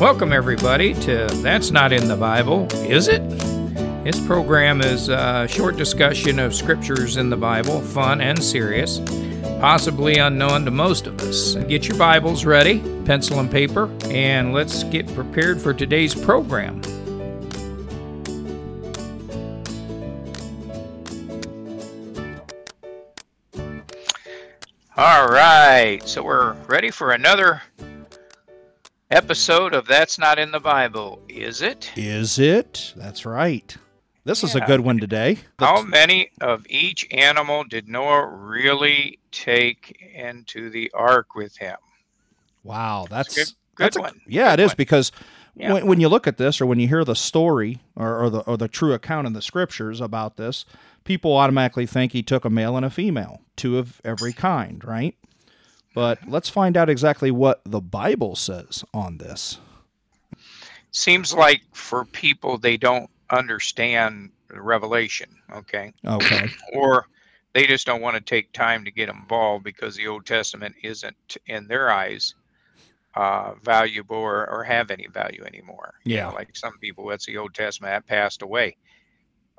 Welcome, everybody, to That's Not in the Bible, Is It? This program is a short discussion of scriptures in the Bible, fun and serious, possibly unknown to most of us. Get your Bibles ready, pencil and paper, and let's get prepared for today's program. All right, so we're ready for another episode of That's Not in the Bible, is it? Is it? That's right. This is a Yeah. good one today. How many of each animal did Noah really take into the ark with him? Wow, that's Good- good that's a- one. yeah, Good it is one. because Yeah. when, when you look at this or when you hear the story or, or the or the true account in the scriptures about this, people automatically think he took a male and a female, two of every kind, right? But let's find out exactly what the Bible says on this. Seems like for people, they don't understand the Revelation, okay? Okay. Or they just don't want to take time to get involved because the Old Testament isn't, in their eyes, uh, valuable or, or have any value anymore. You know, Yeah. like some people, that's the Old Testament that passed away.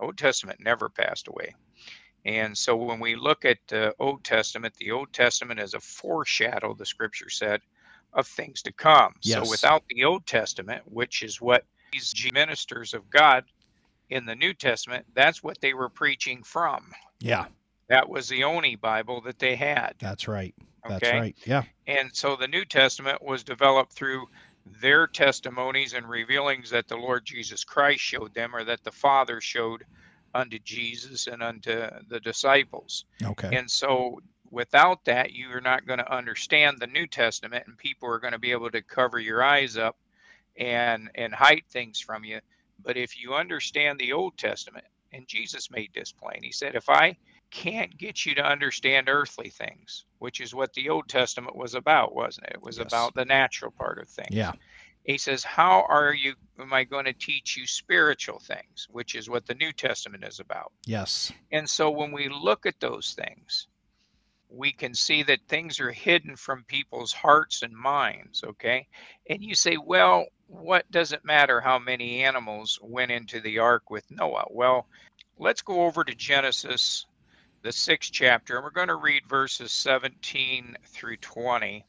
Old Testament never passed away. And so when we look at the Old Testament, the Old Testament is a foreshadow, the scripture said, of things to come. So Yes. without the Old Testament, which is what these G- ministers of God in the New Testament, that's what they were preaching from. Yeah, That was the only Bible that they had. that's right. That's Okay. right. Yeah. And so the New Testament was developed through their testimonies and revealings that the Lord Jesus Christ showed them or that the Father showed unto Jesus and unto the disciples. Okay. And so without that, you are not going to understand the New Testament and people are going to be able to cover your eyes up and and hide things from you. But if you understand the Old Testament, and Jesus made this plain. He said, if I can't get you to understand earthly things, which is what the Old Testament was about, wasn't it? It was Yes. about the natural part of things. Yeah. He says, How are you am I going to teach you spiritual things, which is what the New Testament is about? Yes. And so when we look at those things, we can see that things are hidden from people's hearts and minds, okay? And you say, well, what does it matter how many animals went into the ark with Noah? Well, let's go over to Genesis, the sixth chapter, and we're going to read verses 17 through 20,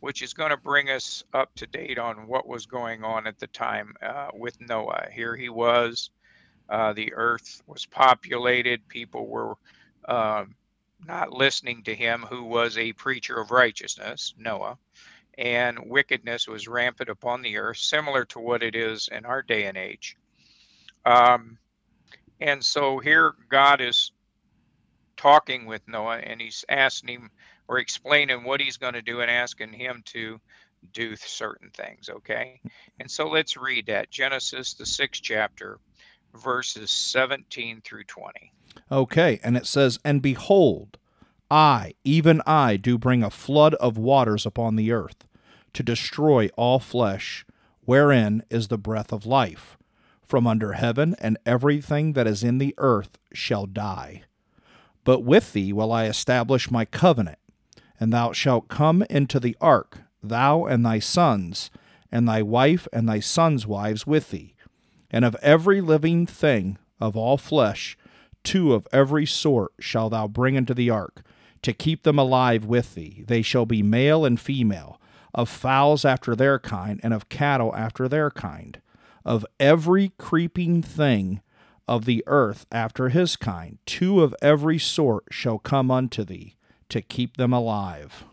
which is going to bring us up to date on what was going on at the time uh, with Noah. Here he was, uh, the earth was populated. People were um not listening to him who was a preacher of righteousness, Noah, and wickedness was rampant upon the earth, similar to what it is in our day and age. Um, and so here God is talking with Noah and he's asking him or explaining what he's going to do and asking him to do certain things, okay? And so let's read that Genesis, the sixth chapter, verses 17 through 20. Okay, and it says, And behold, I, even I, do bring a flood of waters upon the earth, to destroy all flesh, wherein is the breath of life, from under heaven, and everything that is in the earth shall die. But with thee will I establish my covenant, and thou shalt come into the ark, thou and thy sons, and thy wife and thy sons' wives with thee and of every living thing of all flesh, two of every sort shall thou bring into the ark, to keep them alive with thee. They shall be male and female, of fowls after their kind, and of cattle after their kind, of every creeping thing of the earth after his kind, two of every sort shall come unto thee, to keep them alive.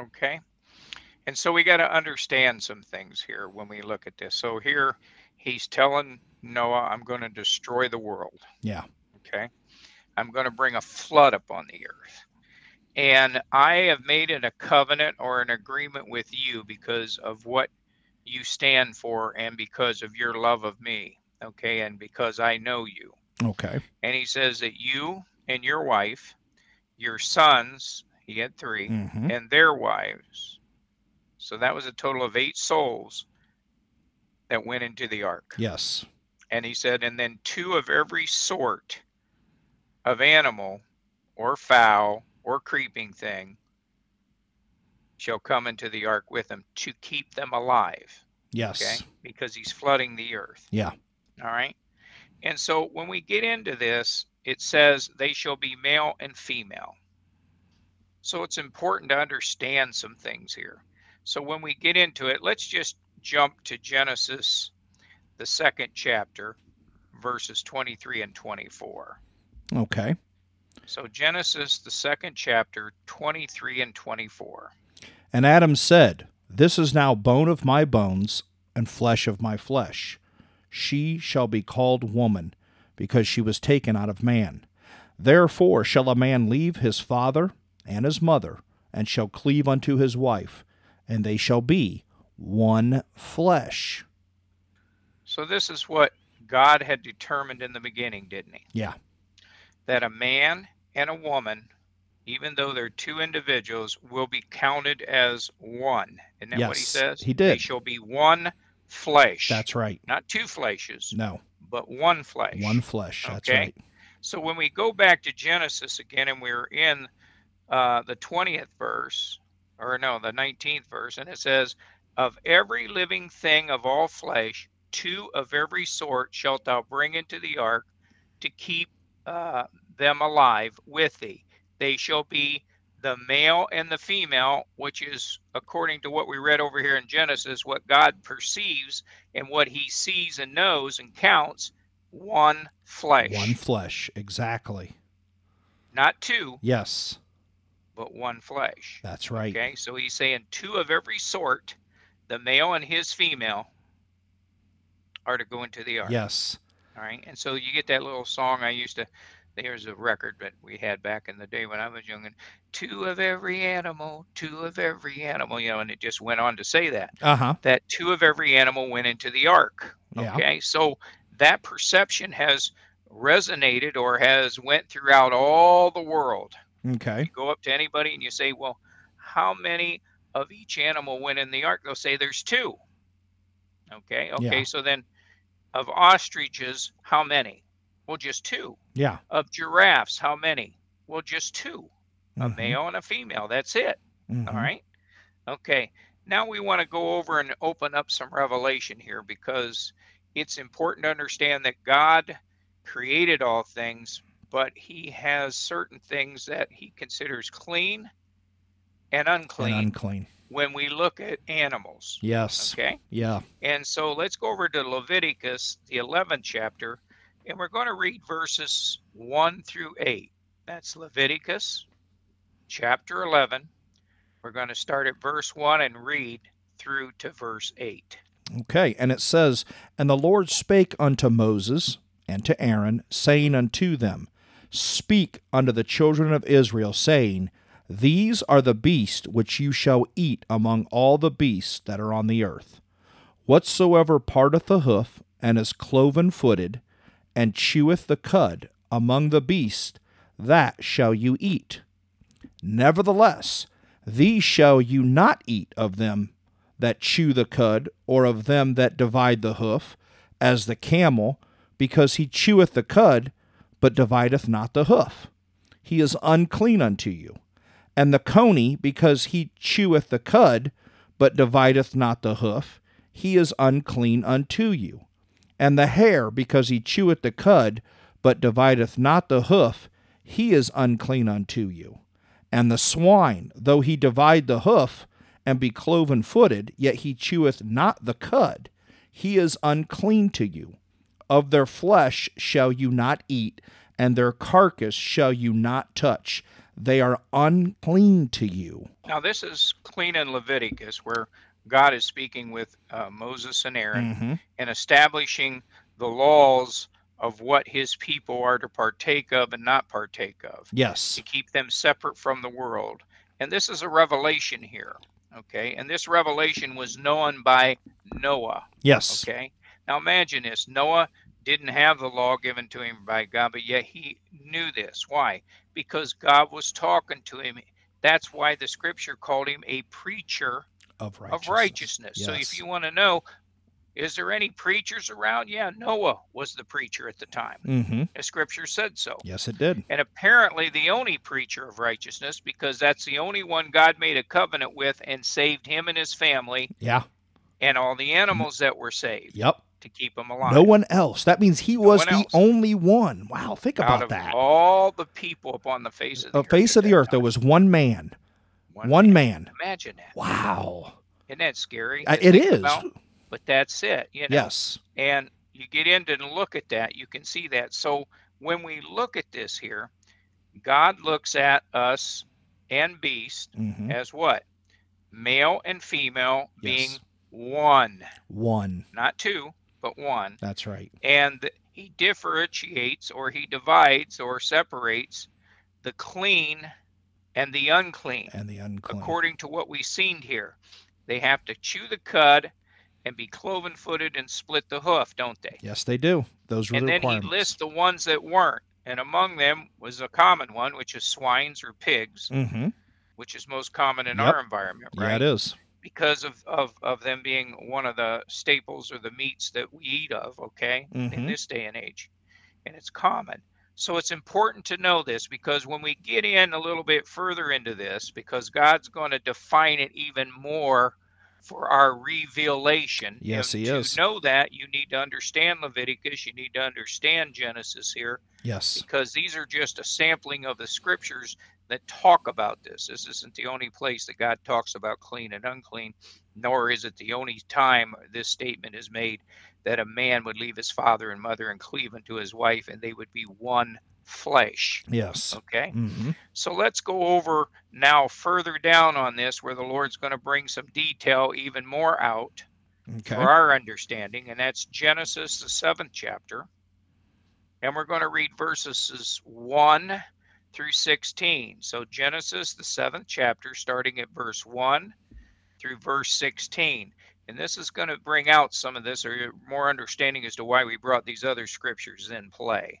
Okay? And so we got to understand some things here when we look at this. So here he's telling Noah, I'm going to destroy the world. Yeah. Okay? I'm going to bring a flood upon the earth. And I have made it a covenant or an agreement with you because of what you stand for and because of your love of me. Okay? And because I know you. Okay. And he says that you and your wife, your sons, he had 3 hmm and their wives. So that was a total of eight souls that went into the ark. Yes. And he said, and then two of every sort of animal or fowl or creeping thing shall come into the ark with them to keep them alive. Yes. okay? Because he's flooding the earth. Yeah. All right. And so when we get into this, it says they shall be male and female. So it's important to understand some things here. So when we get into it, let's just jump to Genesis, the second chapter, verses 23 and 24. Okay. So Genesis, the second chapter, 23 and 24. And Adam said, This is now bone of my bones and flesh of my flesh. She shall be called woman, because she was taken out of man. Therefore shall a man leave his father and his mother, and shall cleave unto his wife, and they shall be one flesh. So this is what God had determined in the beginning, didn't he? Yeah. That a man and a woman, even though they're two individuals, will be counted as one. Isn't that what he Yes, says? he They did. shall be one flesh. That's right. not two fleshes, No, but one flesh. one flesh. That's Okay. right. So when we go back to Genesis again, and we're in uh, the 20th verse, or no, the 19th verse, and it says, Of every living thing of all flesh, two of every sort shalt thou bring into the ark to keep uh, them alive with thee. They shall be the male and the female, which is according to what we read over here in Genesis, what God perceives and what he sees and knows and counts one flesh One flesh. Exactly. not two, Yes, but one flesh. that's right. Okay, so he's saying two of every sort, the male and his female, are to go into the ark. Yes. All right, and so you get that little song I used to. There's a record that we had back in the day when I was young, and two of every animal, two of every animal, you know, and it just went on to say that Uh huh. that two of every animal went into the ark. Yeah. Okay, so that perception has resonated or has went throughout all the world Okay. go up to anybody and you say, "Well, how many of each animal went in the ark?" They'll say, "There's two. Okay. Okay. Yeah. So then, of ostriches, how many? Well, just two. Yeah. Of giraffes, how many? Well, just 2 a Mhm. male and a female. That's it. Mhm. All right. Okay. Now we want to go over and open up some revelation here because it's important to understand that God created all things, but he has certain things that he considers clean and unclean And unclean. when we look at animals. Yes. Okay. Yeah. And so let's go over to Leviticus, the 11th chapter, and we're going to read verses 1 through 8. That's Leviticus chapter 11. We're going to start at verse 1 and read through to verse 8. Okay. And it says, And the Lord spake unto Moses and to Aaron, saying unto them, Speak unto the children of Israel, saying, These are the beasts which you shall eat among all the beasts that are on the earth. Whatsoever parteth the hoof, and is cloven footed, and cheweth the cud among the beasts, that shall you eat. Nevertheless, these shall you not eat of them that chew the cud, or of them that divide the hoof, as the camel, because he cheweth the cud, but divideth not the hoof. He is unclean unto you. And the coney, because he cheweth the cud, but divideth not the hoof, he is unclean unto you. And the hare, because he cheweth the cud, but divideth not the hoof, he is unclean unto you. And the swine, though he divide the hoof and be cloven footed, yet he cheweth not the cud, he is unclean to you. Of their flesh shall you not eat, and their carcass shall you not touch. They are unclean to you. Now, this is clean in Leviticus where God is speaking with uh, Moses and Aaron Mhm. and establishing the laws of what his people are to partake of and not partake of. Yes. to keep them separate from the world. And this is a revelation here, okay? And this revelation was known by Noah, Yes. okay? Now imagine this Noah didn't have the law given to him by God, but yet he knew this. Why? Because God was talking to him. That's why the scripture called him a preacher Of of righteousness. So if Yes. you want to know, is there any preachers around? Yeah, Noah was the preacher at the time. Mm-hmm. The scripture said so. Yes, it did. And apparently, the only preacher of righteousness, because that's the only one God made a covenant with and saved him and his family Yeah. and all the animals that were saved Yep. to keep them alive. Mm-hmm. No one else. That means he was one the else. only one. Wow, think out about of that. all the people upon the face of the The earth face at of the that earth, there time. was one man. one, One, man. man. Imagine that. Wow. Isn't that scary? Uh, to it think is. about? But that's it. You know? Yes. And you get into and look at that, you can see that. So when we look at this here, God looks at us and beast Mhm. as what? Male and female being Yes. one, One. not two, but one. That's right. And th- he differentiates or he divides or separates the clean and the unclean And the unclean. according to what we've seen here. They have to chew the cud and be cloven footed and split the hoof, don't they? yes, they do. Those were and the then he requirements. lists the ones that weren't. And among them was a common one, which is swines or pigs, mm-hmm. which is most common in Yep. our environment, Yeah, right? it is. because of, of, of them being one of the staples or the meats that we eat of, okay, in Mhm. this day and age. And it's common. So it's important to know this because when we get in a little bit further into this, because God's going to define it even more for our revelation. Yes, and he to is. know that, you need to understand Leviticus, you need to understand Genesis here, Yes. because these are just a sampling of the scriptures that talk about this. This isn't the only place that God talks about clean and unclean, nor is it the only time this statement is made that a man would leave his father and mother and cleave unto his wife and they would be one flesh. Yes. Okay? hmm So let's go over now further down on this where the Lord's going to bring some detail even more out Okay. for our understanding, and that's Genesis, the seventh chapter. And we're going to read verses 1 through 16. So, Genesis, the seventh chapter, starting at verse 1 through verse 16. And this is going to bring out some of this or more understanding as to why we brought these other scriptures in play.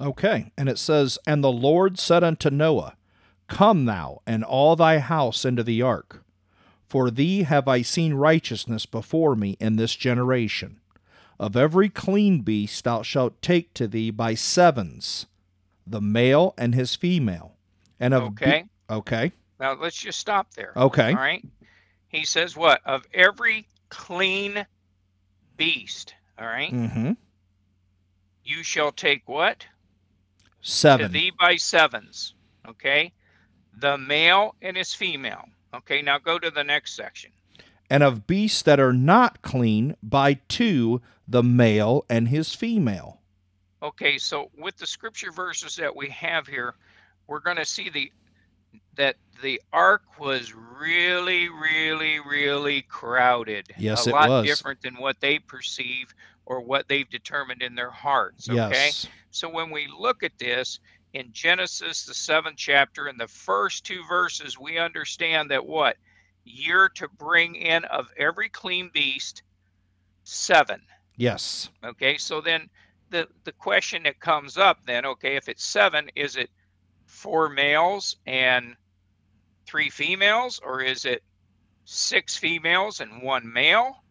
Okay. And it says, And the Lord said unto Noah, Come thou and all thy house into the ark, for thee have I seen righteousness before me in this generation. Of every clean beast thou shalt take to thee by sevens, the male and his female. And of be- Okay? okay. Now, let's just stop there. Okay. All right. He says, What? Of every clean beast, all right, Mm-hmm. you shall take what? to Seven. thee by sevens. Okay. The male and his female. Okay. Now go to the next section. and of beasts that are not clean by two, the male and his female. Okay. So with the scripture verses that we have here, we're going to see the that the ark was really, really, really crowded. Yes, a it lot was. different than what they perceive or what they've determined in their hearts. Okay. Yes. So when we look at this in Genesis, the seventh chapter, in the first two verses, we understand that what? You're to bring in of every clean beast seven. Yes. Okay, so then the, the question that comes up then, okay, if it's seven, is it four males and three females, or is it six females and one male?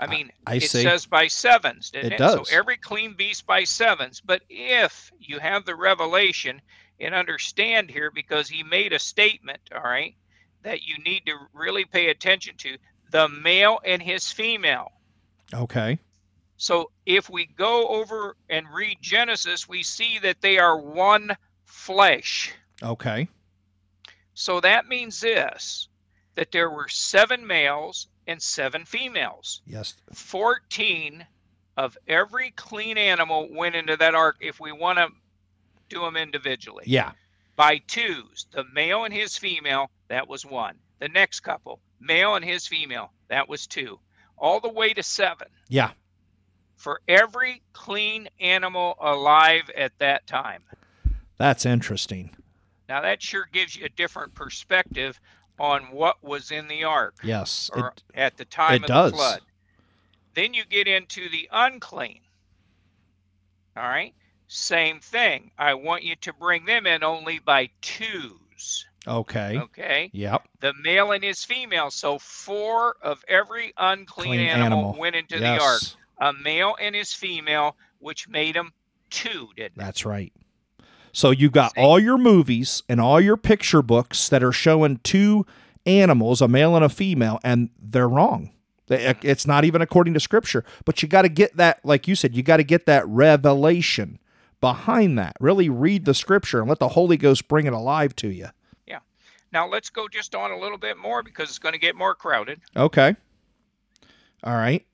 I mean, I it see. says by sevens, doesn't It it? does. So every clean beast by sevens. But if you have the revelation and understand here, because he made a statement, all right, that you need to really pay attention to the male and his female. okay. So if we go over and read Genesis, we see that they are one flesh. Okay. So that means this that there were seven males and seven females. Yes. 14 of every clean animal went into that ark if we want to do them individually. Yeah. By twos, the male and his female, that was one. The next couple, male and his female, that was two. All the way to seven Yeah. for every clean animal alive at that time. That's interesting. Now, that sure gives you a different perspective on what was in the ark Yes. or it- at the time it of does. the flood. Then you get into the unclean. All right. Same thing. I want you to bring them in only by twos. okay. Okay. Yep. The male and his female. So four of every unclean Clean animal, animal. went into yes. the ark. A male and his female, which made them two, didn't it? That's right. So you got See? all your movies and all your picture books that are showing two animals, a male and a female, and they're wrong. It- It's not even according to scripture, but you got to get that, like you said, you got to get that revelation behind that. Really read the scripture and let the Holy Ghost bring it alive to you. Now let's go just on a little bit more because it's going to get more crowded. Okay. All right.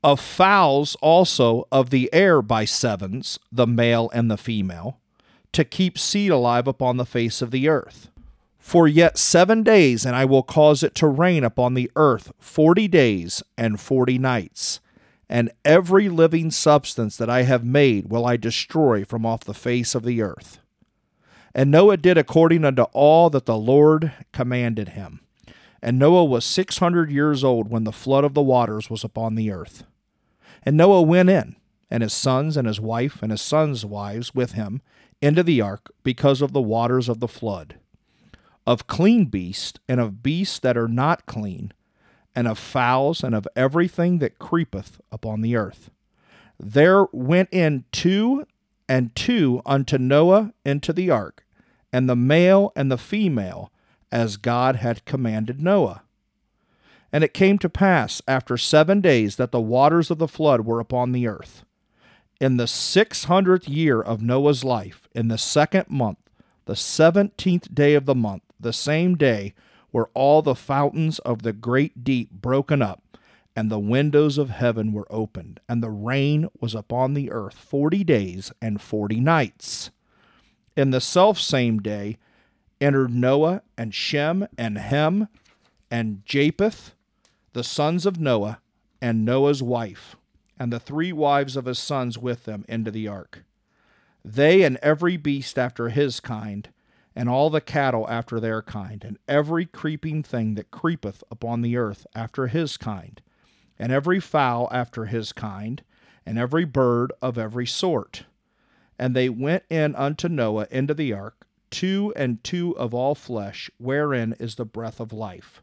Of fowls also of the air by sevens, the male and the female, to keep seed alive upon the face of the earth. For yet seven days, and I will cause it to rain upon the earth forty days and forty nights. And every living substance that I have made will I destroy from off the face of the earth. And Noah did according unto all that the Lord commanded him. And Noah was six hundred years old when the flood of the waters was upon the earth. And Noah went in, and his sons and his wife and his sons' wives with him, into the ark because of the waters of the flood. Of clean beasts, and of beasts that are not clean, and of fowls, and of everything that creepeth upon the earth. There went in two and two unto Noah into the ark, and the male and the female, as God had commanded Noah. And it came to pass after seven days that the waters of the flood were upon the earth. In the six hundredth year of Noah's life, in the second month, the seventeenth day of the month, the same day were all the fountains of the great deep broken up, and the windows of heaven were opened, and the rain was upon the earth forty days and forty nights. In the selfsame day entered Noah and Shem and Hem and Japheth, the sons of Noah, and Noah's wife, and the three wives of his sons with them into the ark. They and every beast after his kind, and all the cattle after their kind, and every creeping thing that creepeth upon the earth after his kind, and every fowl after his kind, and every bird of every sort. And they went in unto Noah into the ark, two and two of all flesh, wherein is the breath of life.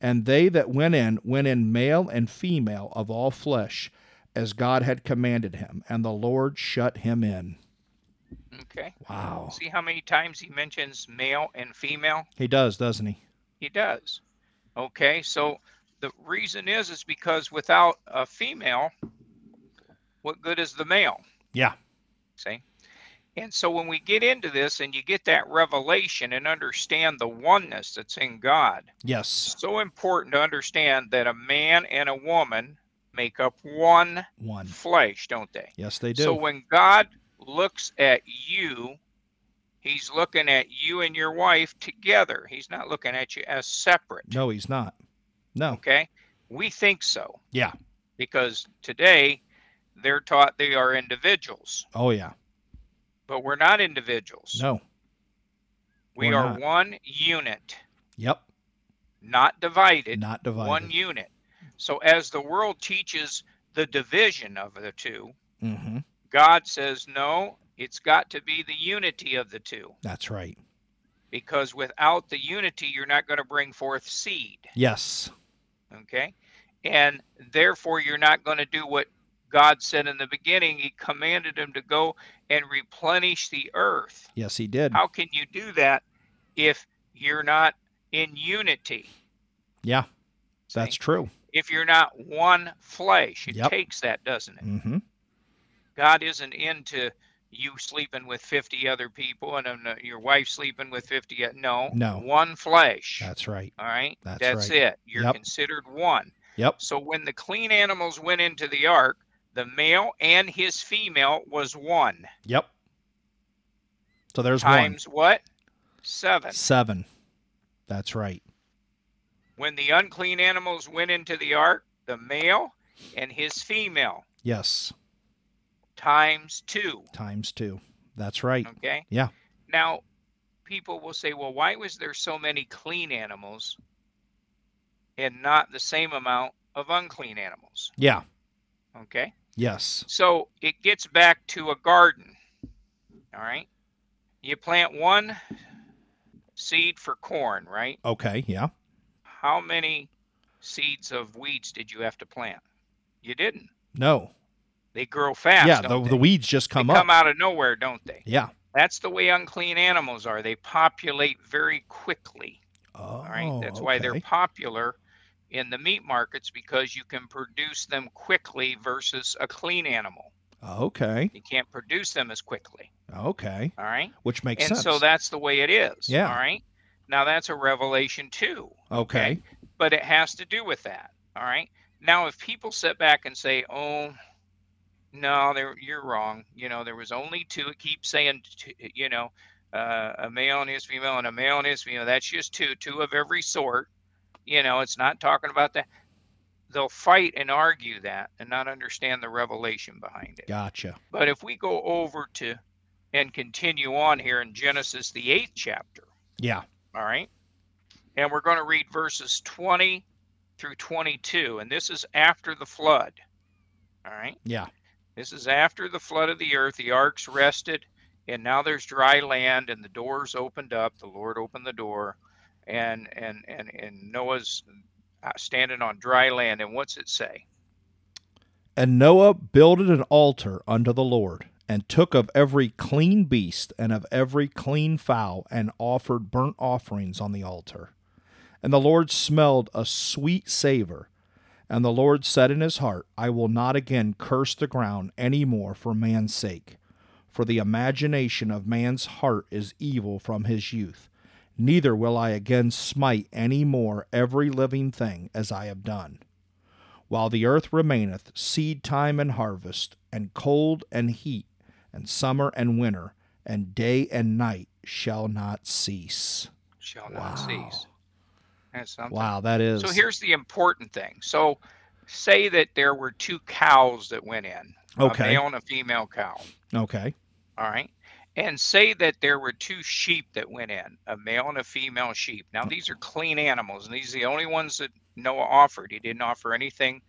And they that went in went in male and female of all flesh, as God had commanded him, and the Lord shut him in. Okay. Wow. See how many times he mentions male and female? He does, doesn't he? He does. Okay. So the reason is is because without a female, what good is the male? Yeah. See? And so when we get into this and you get that revelation and understand the oneness that's in God, Yes. so important to understand that a man and a woman make up one One. flesh, don't they? Yes, they do. So when God looks at you, he's looking at you and your wife together. He's not looking at you as separate. no, he's not. No. Okay? We think so. Yeah. Because today they're taught they are individuals, Oh, yeah. but we're not individuals. No. we we're are not. one unit, Yep. not divided, Not divided. one unit. So as the world teaches the division of the two, mm-hmm. God says no, it's got to be the unity of the two. That's right. because without the unity you're not going to bring forth seed Yes. okay and therefore you're not going to do what god said in the beginning he commanded him to go and replenish the earth Yes, he did. how can you do that if you're not in unity yeah. See? That's true. if you're not one flesh it Yep. takes that doesn't it Mm-hmm. god isn't into you sleeping with 50 other people and then, uh, your wife sleeping with 50 oth- no No. one flesh That's right. All right. That's That's, right. it. You're Yep. considered one. Yep. So when the clean animals went into the ark, the male and his female was one. Yep. So there's times what? Seven. one. Seven. That's right. When the unclean animals went into the ark, the male and his female Yes. times two. Times two. That's right. Okay. Yeah. Now, people will say, well, why was there so many clean animals and not the same amount of unclean animals? Yeah. Okay. Yes. So it gets back to a garden. All right. You plant one seed for corn, right? Okay. Yeah. How many seeds of weeds did you have to plant? You didn't. No. They grow fast. yeah. The, don't the they? weeds just They come, come up. out of nowhere, don't they? Yeah. That's the way unclean animals are. They populate very quickly. Oh, All right. That's why they're okay. popular in the meat markets because you can produce them quickly versus a clean animal. Okay. You can't produce them as quickly. Okay. All right. Which makes and sense. so that's the way it is. Yeah. All right. Now that's a revelation too. okay. But it has to do with that. All right. Now, if people sit back and say, oh, no, there, you're wrong. You know, there was only two. It keeps saying, t- you know, uh, a male and his female and a male and his female. That's just two, two of every sort. You know, it's not talking about that. They'll fight and argue that and not understand the revelation behind it. Gotcha. But if we go over to and continue on here in Genesis, the eighth chapter, Yeah. all right, and we're going to read verses 20 through 22, and this is after the flood, all right? Yeah. This is after the flood of the earth, the arks rested, and now there's dry land, and the doors opened up. The Lord opened the door, and and and and Noah's uh, standing on dry land. And what's it say? And Noah builded an altar unto the Lord, and took of every clean beast and of every clean fowl, and offered burnt offerings on the altar. And the Lord smelled a sweet savor. And the Lord said in his heart, I will not again curse the ground any more for man's sake. For the imagination of man's heart is evil from his youth. Neither will I again smite any more every living thing as I have done. While the earth remaineth, seed time and harvest, and cold and heat, and summer and winter, and day and night shall not cease. Shall Wow. not cease. That's something. Wow, that is. So here's the important thing. So say that there were two cows that went in, a okay. male and a female cow. Okay. All right. And say that there were two sheep that went in, a male and a female sheep. Now, these are clean animals, and these are the only ones that Noah offered. He didn't offer anything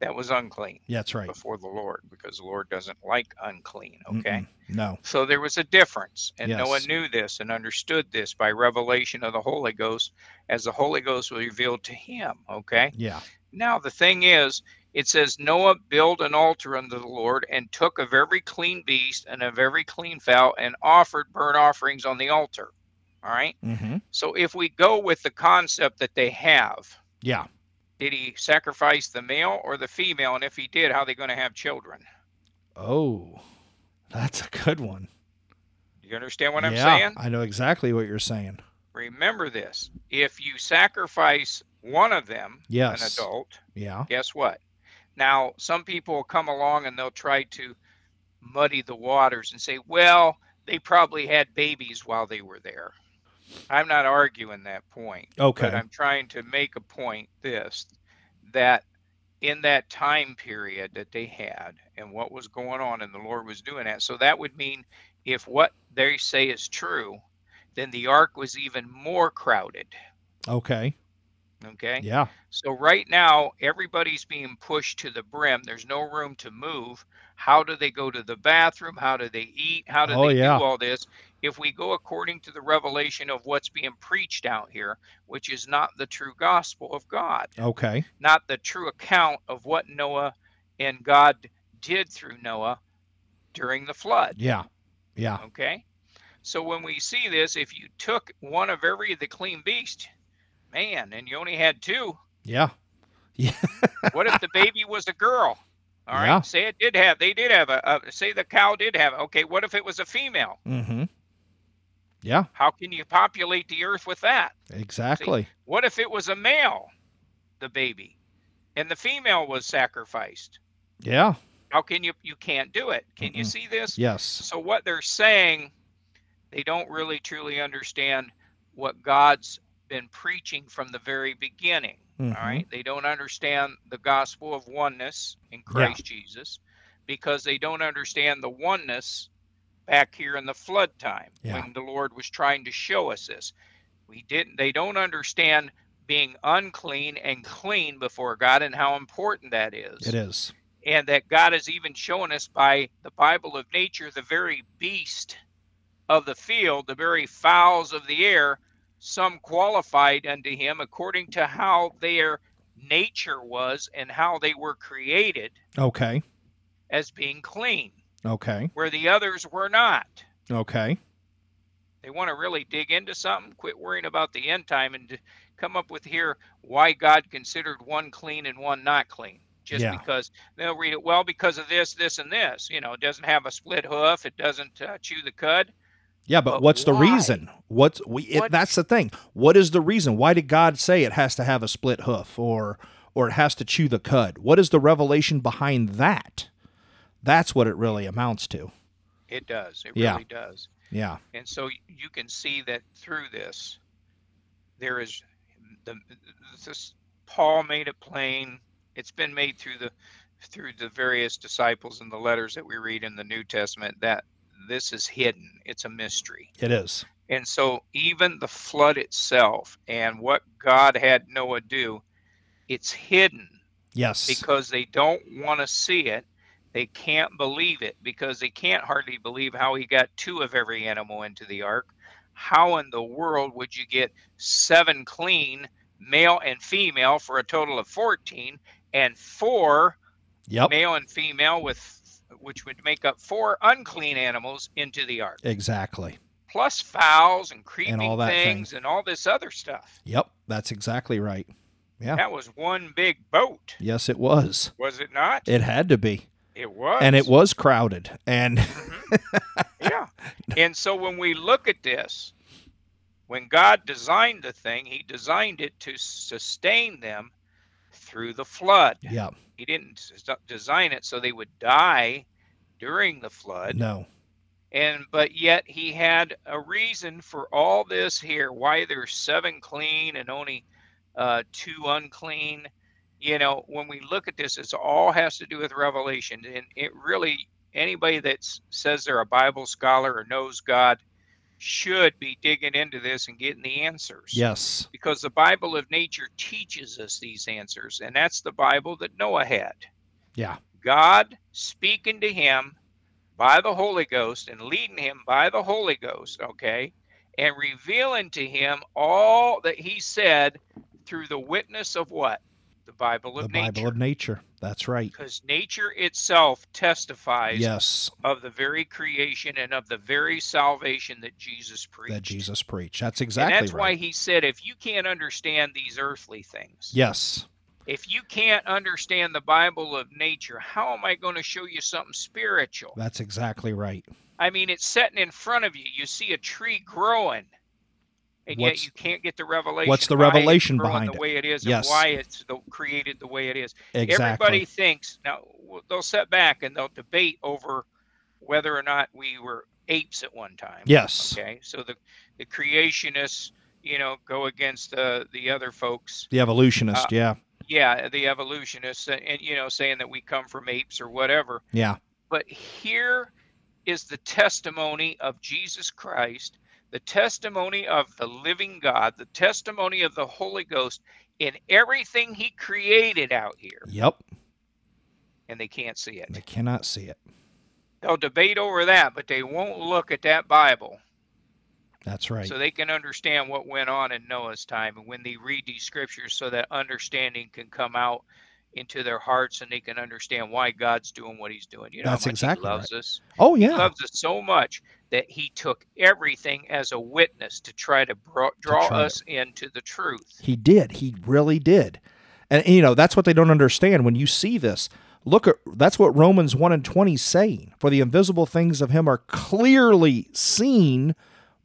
that was unclean Yeah, that's right. before the Lord because the Lord doesn't like unclean. Okay. Mm-mm. No. So there was a difference, and Noah Yes. knew this and understood this by revelation of the Holy Ghost as the Holy Ghost was revealed to him. Okay. Yeah. Now, the thing is, it says Noah built an altar unto the Lord and took of every clean beast and of every clean fowl and offered burnt offerings on the altar. All right. Mm-hmm. So if we go with the concept that they have, Yeah. did he sacrifice the male or the female? And if he did, how are they going to have children? Oh, that's a good one. Do you understand what I'm yeah, saying? I know exactly what you're saying. Remember this. If you sacrifice one of them, an Yes. adult, Yeah. guess what? Now, some people will come along and they'll try to muddy the waters and say, well, they probably had babies while they were there. I'm not arguing that point, but Okay. I'm trying to make a point this that in that time period that they had and what was going on and the Lord was doing that. So that would mean if what they say is true, then the ark was even more crowded. Okay. Okay. Yeah. So right now, everybody's being pushed to the brim. There's no room to move. How do they go to the bathroom? How do they eat? How do Oh, they yeah. do all this? If we go according to the revelation of what's being preached out here, which is not the true gospel of God, Okay. not the true account of what Noah and God did through Noah during the flood. Yeah. Yeah. Okay? So when we see this, if you took one of every of the clean beast, man, and you only had two, Yeah. what if the baby was a girl? All right. Yeah. Say it did have. They did have a, a. Say the cow did have. Okay. What if it was a female? Mm-hmm. Yeah. How can you populate the earth with that? Exactly. What if it was a male, the baby, and the female was sacrificed? Yeah. How can you? You can't do it. Can you Mm-mm. see this? Yes. So what they're saying, they don't really truly understand what God's been preaching from the very beginning. Mhm. All right. They don't understand the gospel of oneness in Christ Jesus because they don't understand the oneness back here in the flood time Yeah. when the Lord was trying to show us this. We didn't they don't understand being unclean and clean before God and how important that is. It is. And that God has even shown us by the Bible of nature the very beast of the field, the very fowls of the air, some qualified unto him according to how their nature was and how they were created Okay. as being clean, Okay. where the others were not. Okay. They want to really dig into something, quit worrying about the end time and come up with here why God considered one clean and one not clean. Just Yeah. because they'll read it well because of this, this, and this. You know, it doesn't have a split hoof. It doesn't uh, chew the cud. Yeah, but, But what's the why? reason? What's we? It, What- that's the thing. What is the reason? Why did God say it has to have a split hoof, or or it has to chew the cud? What is the revelation behind that? That's what it really amounts to. It does. It Yeah. really does. Yeah, And so y- you can see that through this, there is the this, Paul made it plain. It's been made through the through the various disciples and the letters that we read in the New Testament that this is hidden. It's a mystery. it is. And so even the flood itself and what God had Noah do, it's hidden Yes, because they don't want to see it. They can't believe it because they can't hardly believe how he got two of every animal into the ark. How in the world would you get seven clean, male and female, for a total of 14, and four yep, male and female, with which would make up four unclean animals, into the ark? exactly. Plus fowls and creeping all that thing. things and all this other stuff. Yep, that's exactly right. Yeah. That was one big boat, Yes, it was. was it not? It had to be, It was. and it was crowded. And yeah. And so when we look at this, when God designed the thing, He designed it to sustain them through the flood. yeah, He didn't s- design it so they would die during the flood. no, And but yet He had a reason for all this here. Why there's seven clean and only uh, two unclean. You know, when we look at this, it's all has to do with revelation, and it really anybody that s- says they're a Bible scholar or knows God should be digging into this and getting the answers. yes, Because the Bible of nature teaches us these answers, and that's the Bible that Noah had. Yeah. God speaking to him by the Holy Ghost and leading him by the Holy Ghost, okay, and revealing to him all that he said through the witness of what? The Bible the of Bible nature. of nature. That's right. Because nature itself testifies Yes, of the very creation and of the very salvation that Jesus preached. that Jesus preached. That's and exactly that's why right. he said, if you can't understand these earthly things, Yes, if you can't understand the Bible of nature, how am I going to show you something spiritual? that's exactly right. I mean, it's setting in front of you. You see a tree growing, and What's- yet you can't get the revelation. what's the why it's revelation growing behind the it? way it is Yes. and why it's the, created the way it is? Everybody Exactly. thinks now w- they'll set back and they'll debate over whether or not we were apes at one time. Yes. Okay, so the the creationists, you know, go against the the other folks. The evolutionist. Uh, yeah. Yeah, the evolutionists, and, and you know, saying that we come from apes or whatever. Yeah. But here is the testimony of Jesus Christ, the testimony of the living God, the testimony of the Holy Ghost in everything He created out here, Yep. and they can't see it. They cannot see it. They'll debate over that, but they won't look at that Bible That's right. so they can understand what went on in Noah's time. And when they read these scriptures, so that understanding can come out into their hearts and they can understand why God's doing what He's doing. You know, That's how much He exactly loves us. oh yeah. loves us so much that he took everything as a witness to try to bro- draw try to- us into the truth. He did. He really did. And you know, that's what they don't understand when you see this. Look at that's what Romans 1 and 20 is saying. For the invisible things of him are clearly seen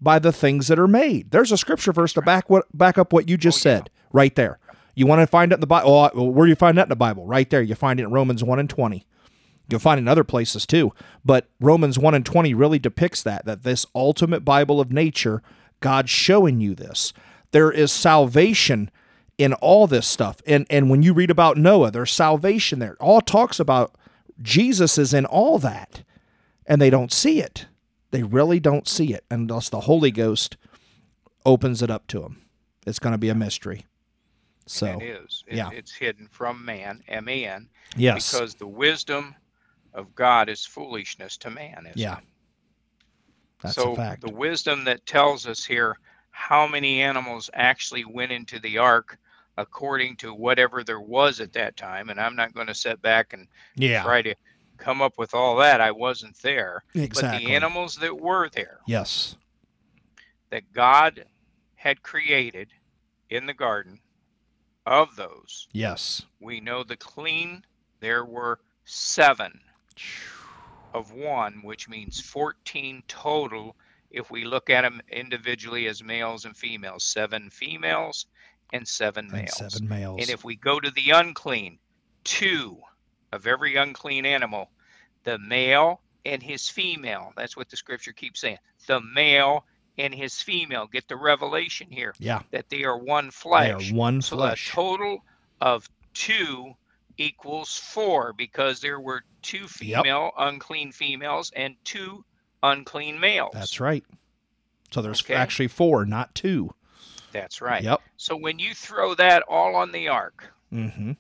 by the things that are made. There's a scripture verse to back what back up what you just Oh, yeah. said right there. You want to find it in the Bible? Oh, where do you find that in the Bible? Right there. You find it in Romans 1 and 20. You'll find it in other places too, but Romans 1 and 20 really depicts that that this ultimate Bible of nature, God's showing you this. There is salvation in all this stuff. And and when you read about Noah, there's salvation there. All talks about Jesus is in all that. And they don't see it. They really don't see it unless the Holy Ghost opens it up to them. It's going to be a mystery. So, it is. It- yeah. It's hidden from man, M A N, yes. because the wisdom of God is foolishness to man. isn't yeah. it? That's so a fact. the wisdom that tells us here how many animals actually went into the ark according to whatever there was at that time and i'm not going to sit back and yeah. try to come up with all that i wasn't there Exactly. but the animals that were there Yes. that God had created in the garden of those Yes. we know the clean there were seven of one which means 14 total if we look at them individually as males and females seven females and seven And males seven males. and if we go to the unclean, two of every unclean animal, the male and his female. That's what the scripture keeps saying. The male and his female. Get the revelation here yeah. that they are one They flesh. are one so a flesh. total of two equals four because there were two female unclean females and two unclean males. That's right. So there's Okay. actually four, not two. That's right. Yep. So when you throw that all on the ark, Mm-hmm.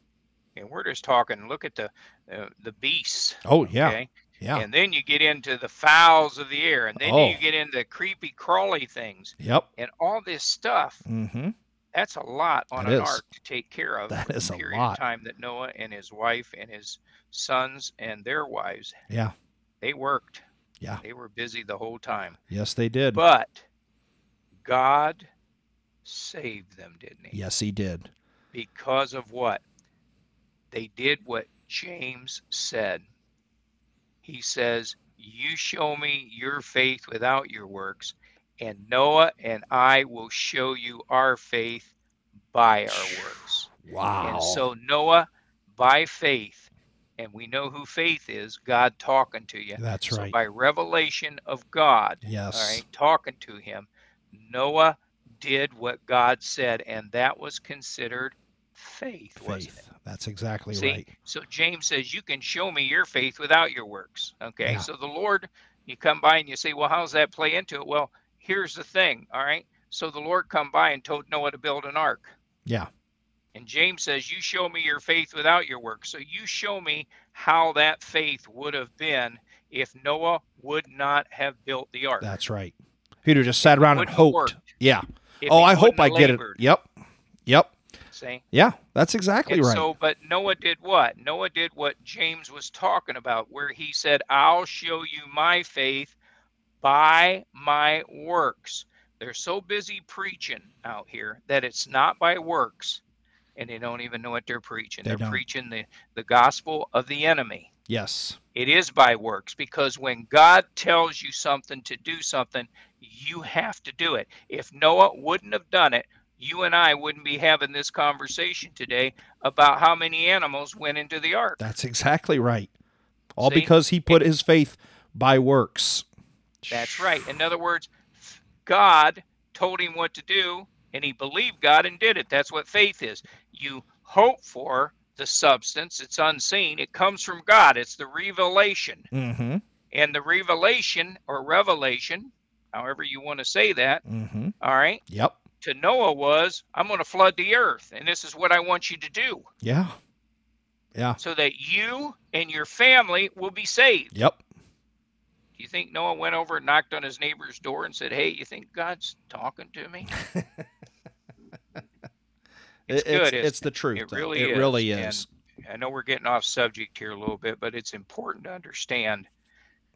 and we're just talking, look at the uh, the beasts. Oh yeah. okay? Yeah. And then you get into the fowls of the air, and then Oh. you get into creepy crawly things, Yep. and all this stuff. Mm-hmm. That's a lot on That an is. ark to take care of. That for the is a period lot. Of time that Noah and his wife and his sons and their wives Yeah. they worked. Yeah. They were busy the whole time, Yes, they did. but God saved them, didn't He? yes, he did. Because of what? They did what James said. He says, You show me your faith without your works, and Noah and I will show you our faith by our works. Wow. And so, Noah, by faith, and we know who faith is God talking to you. That's so, right. by revelation of God, yes. all right, talking to him, Noah did what God said, and that was considered faith, wasn't it? Faith. That's exactly See? right. So James says, You can show me your faith without your works. Okay. Yeah. So the Lord, you come by and you say, Well, how's that play into it? Well, here's the thing. All right. So the Lord come by and told Noah to build an ark. Yeah. And James says, You show me your faith without your works. So you show me how that faith would have been if Noah would not have built the ark. That's right. He'd have just sat around and wouldn't have hoped. worked. Yeah. if oh, he I hope wouldn't I have get it. labored, Yep. Yep. See? Yeah. That's exactly And right. so, but Noah did what? Noah did what James was talking about, where he said, I'll show you my faith by my works. They're so busy preaching out here that it's not by works, and they don't even know what they're preaching. They are don't. preaching the, the gospel of the enemy. yes. It is by works because when God tells you something to do something, you have to do it. If Noah wouldn't have done it, you and I wouldn't be having this conversation today about how many animals went into the ark. That's exactly right. All See? because he put his faith by works. That's right. In other words, God told him what to do, and he believed God and did it. That's what faith is. You hope for the substance, it's unseen, it comes from God, it's the revelation. Mm-hmm. And the revelation or revelation, however you want to say that, Mm-hmm. all right, Yep. to Noah was, I'm going to flood the earth, and this is what I want you to do Yeah. Yeah. so that you and your family will be saved. Yep. Do you think Noah went over and knocked on his neighbor's door and said, Hey, you think God's talking to me? It's It- good, isn't It's, the truth. It though. really it is, really and- is. I know we're getting off subject here a little bit, but it's important to understand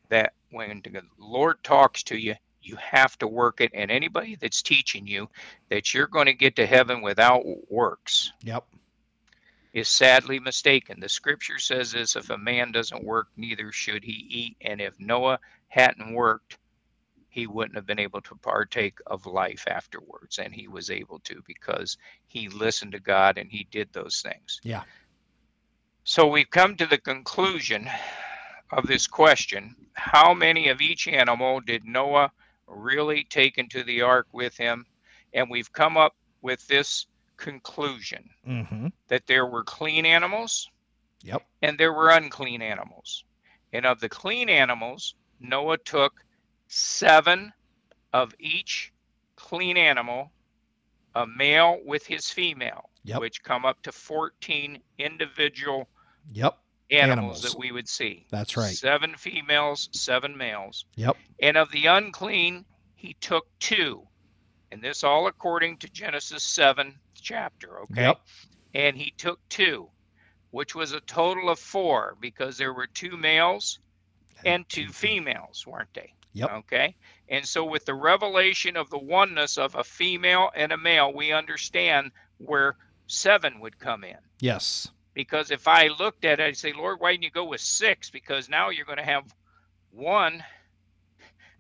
that when the Lord talks to you, you have to work it. And anybody that's teaching you that you're going to get to heaven without works Yep. is sadly mistaken. The scripture says this if a man doesn't work, neither should he eat. And if Noah hadn't worked, he wouldn't have been able to partake of life afterwards. And he was able to because he listened to God and he did those things. Yeah. So we've come to the conclusion of this question How many of each animal did Noah really take into the ark with him? And we've come up with this conclusion Mm-hmm. that there were clean animals Yep. and there were unclean animals. And of the clean animals, Noah took seven of each clean animal, a male with his female, Yep. which come up to 14 individual Yep. animals Animals. that we would see. That's right. Seven females, seven males. Yep. And of the unclean, he took two. And this all according to Genesis 7 chapter, okay? Yep. And he took two, which was a Mm-hmm. total of four because there were two males and two females, weren't they? Yep. Okay. And so, with the revelation of the oneness of a female and a male, we understand where seven would come in. Yes. Because if I looked at it, I'd say, Lord, why didn't you go with six? Because now you're going to have one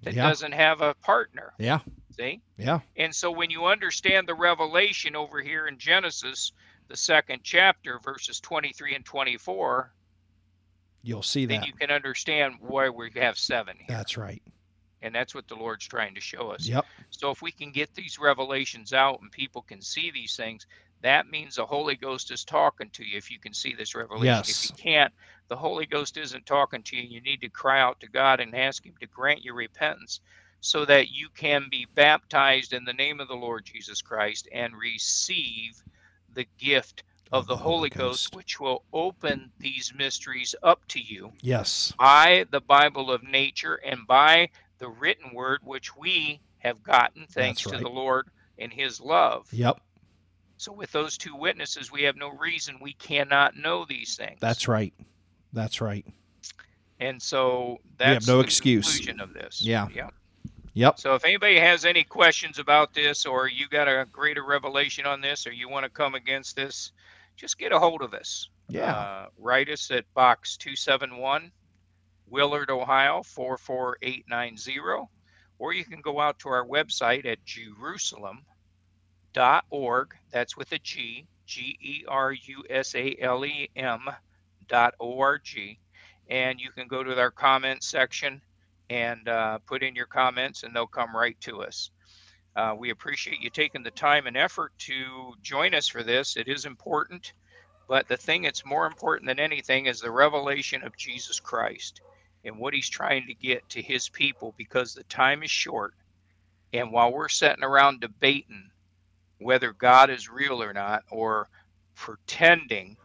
that Yeah. doesn't have a partner. Yeah. See? Yeah. And so when you understand the revelation over here in Genesis, the second chapter, verses 23 and 24, You'll see then that. you can understand why we have seven here. That's right. And that's what the Lord's trying to show us. Yep. So if we can get these revelations out and people can see these things, that means the Holy Ghost is talking to you if you can see this revelation. If Yes. you can't, the Holy Ghost isn't talking to you. You need to cry out to God and ask Him to grant you repentance so that you can be baptized in the name of the Lord Jesus Christ and receive the gift of the Holy Ghost, which will open these mysteries up to you Yes. by the Bible of nature and by the written word which we have gotten thanks That's to the right. Lord and his love. Yep. So with those two witnesses we have no reason we cannot know these things. That's right. That's right. and so We have that's no the excuse. conclusion of this. Yeah. Yeah. Yep. So if anybody has any questions about this or you got a greater revelation on this or you want to come against this, just get a hold of us. Yeah. Uh, write us at Box 271, Willard, Ohio 44890. Or you can go out to our website at jerusalem.org. That's with a G, G E R U S A L E M dot O R G. And you can go to their comment section and uh, put in your comments, and they'll come right to us. Uh, we appreciate you taking the time and effort to join us for this. It is important. But the thing that's more important than anything is the revelation of Jesus Christ and what he's trying to get to his people because the time is short. And while we're sitting around debating whether God is real or not, or pretending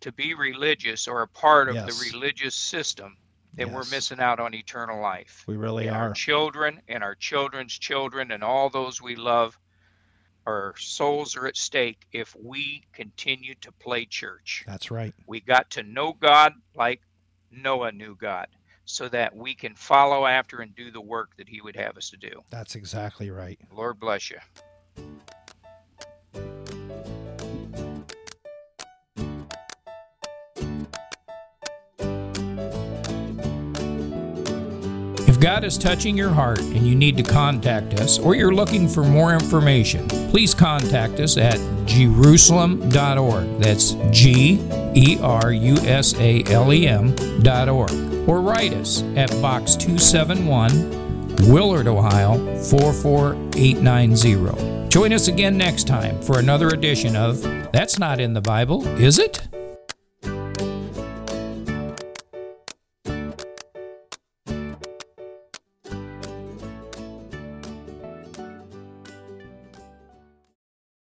to be religious or a part of Yes. the religious system, then Yes. we're missing out on eternal life. We really and are. Our children and our children's children and all those we love, our souls are at stake if we continue to play church. That's right. We got to know God like Noah knew God so that we can follow after and do the work that he would have us to do. That's exactly right. Lord bless you. If God is touching your heart and you need to contact us, or you're looking for more information, please contact us at jerusalem.org. That's G E R U S A L E M dot org. Or write us at Box 271, Willard, Ohio 44890. Join us again next time for another edition of That's Not in the Bible, Is It?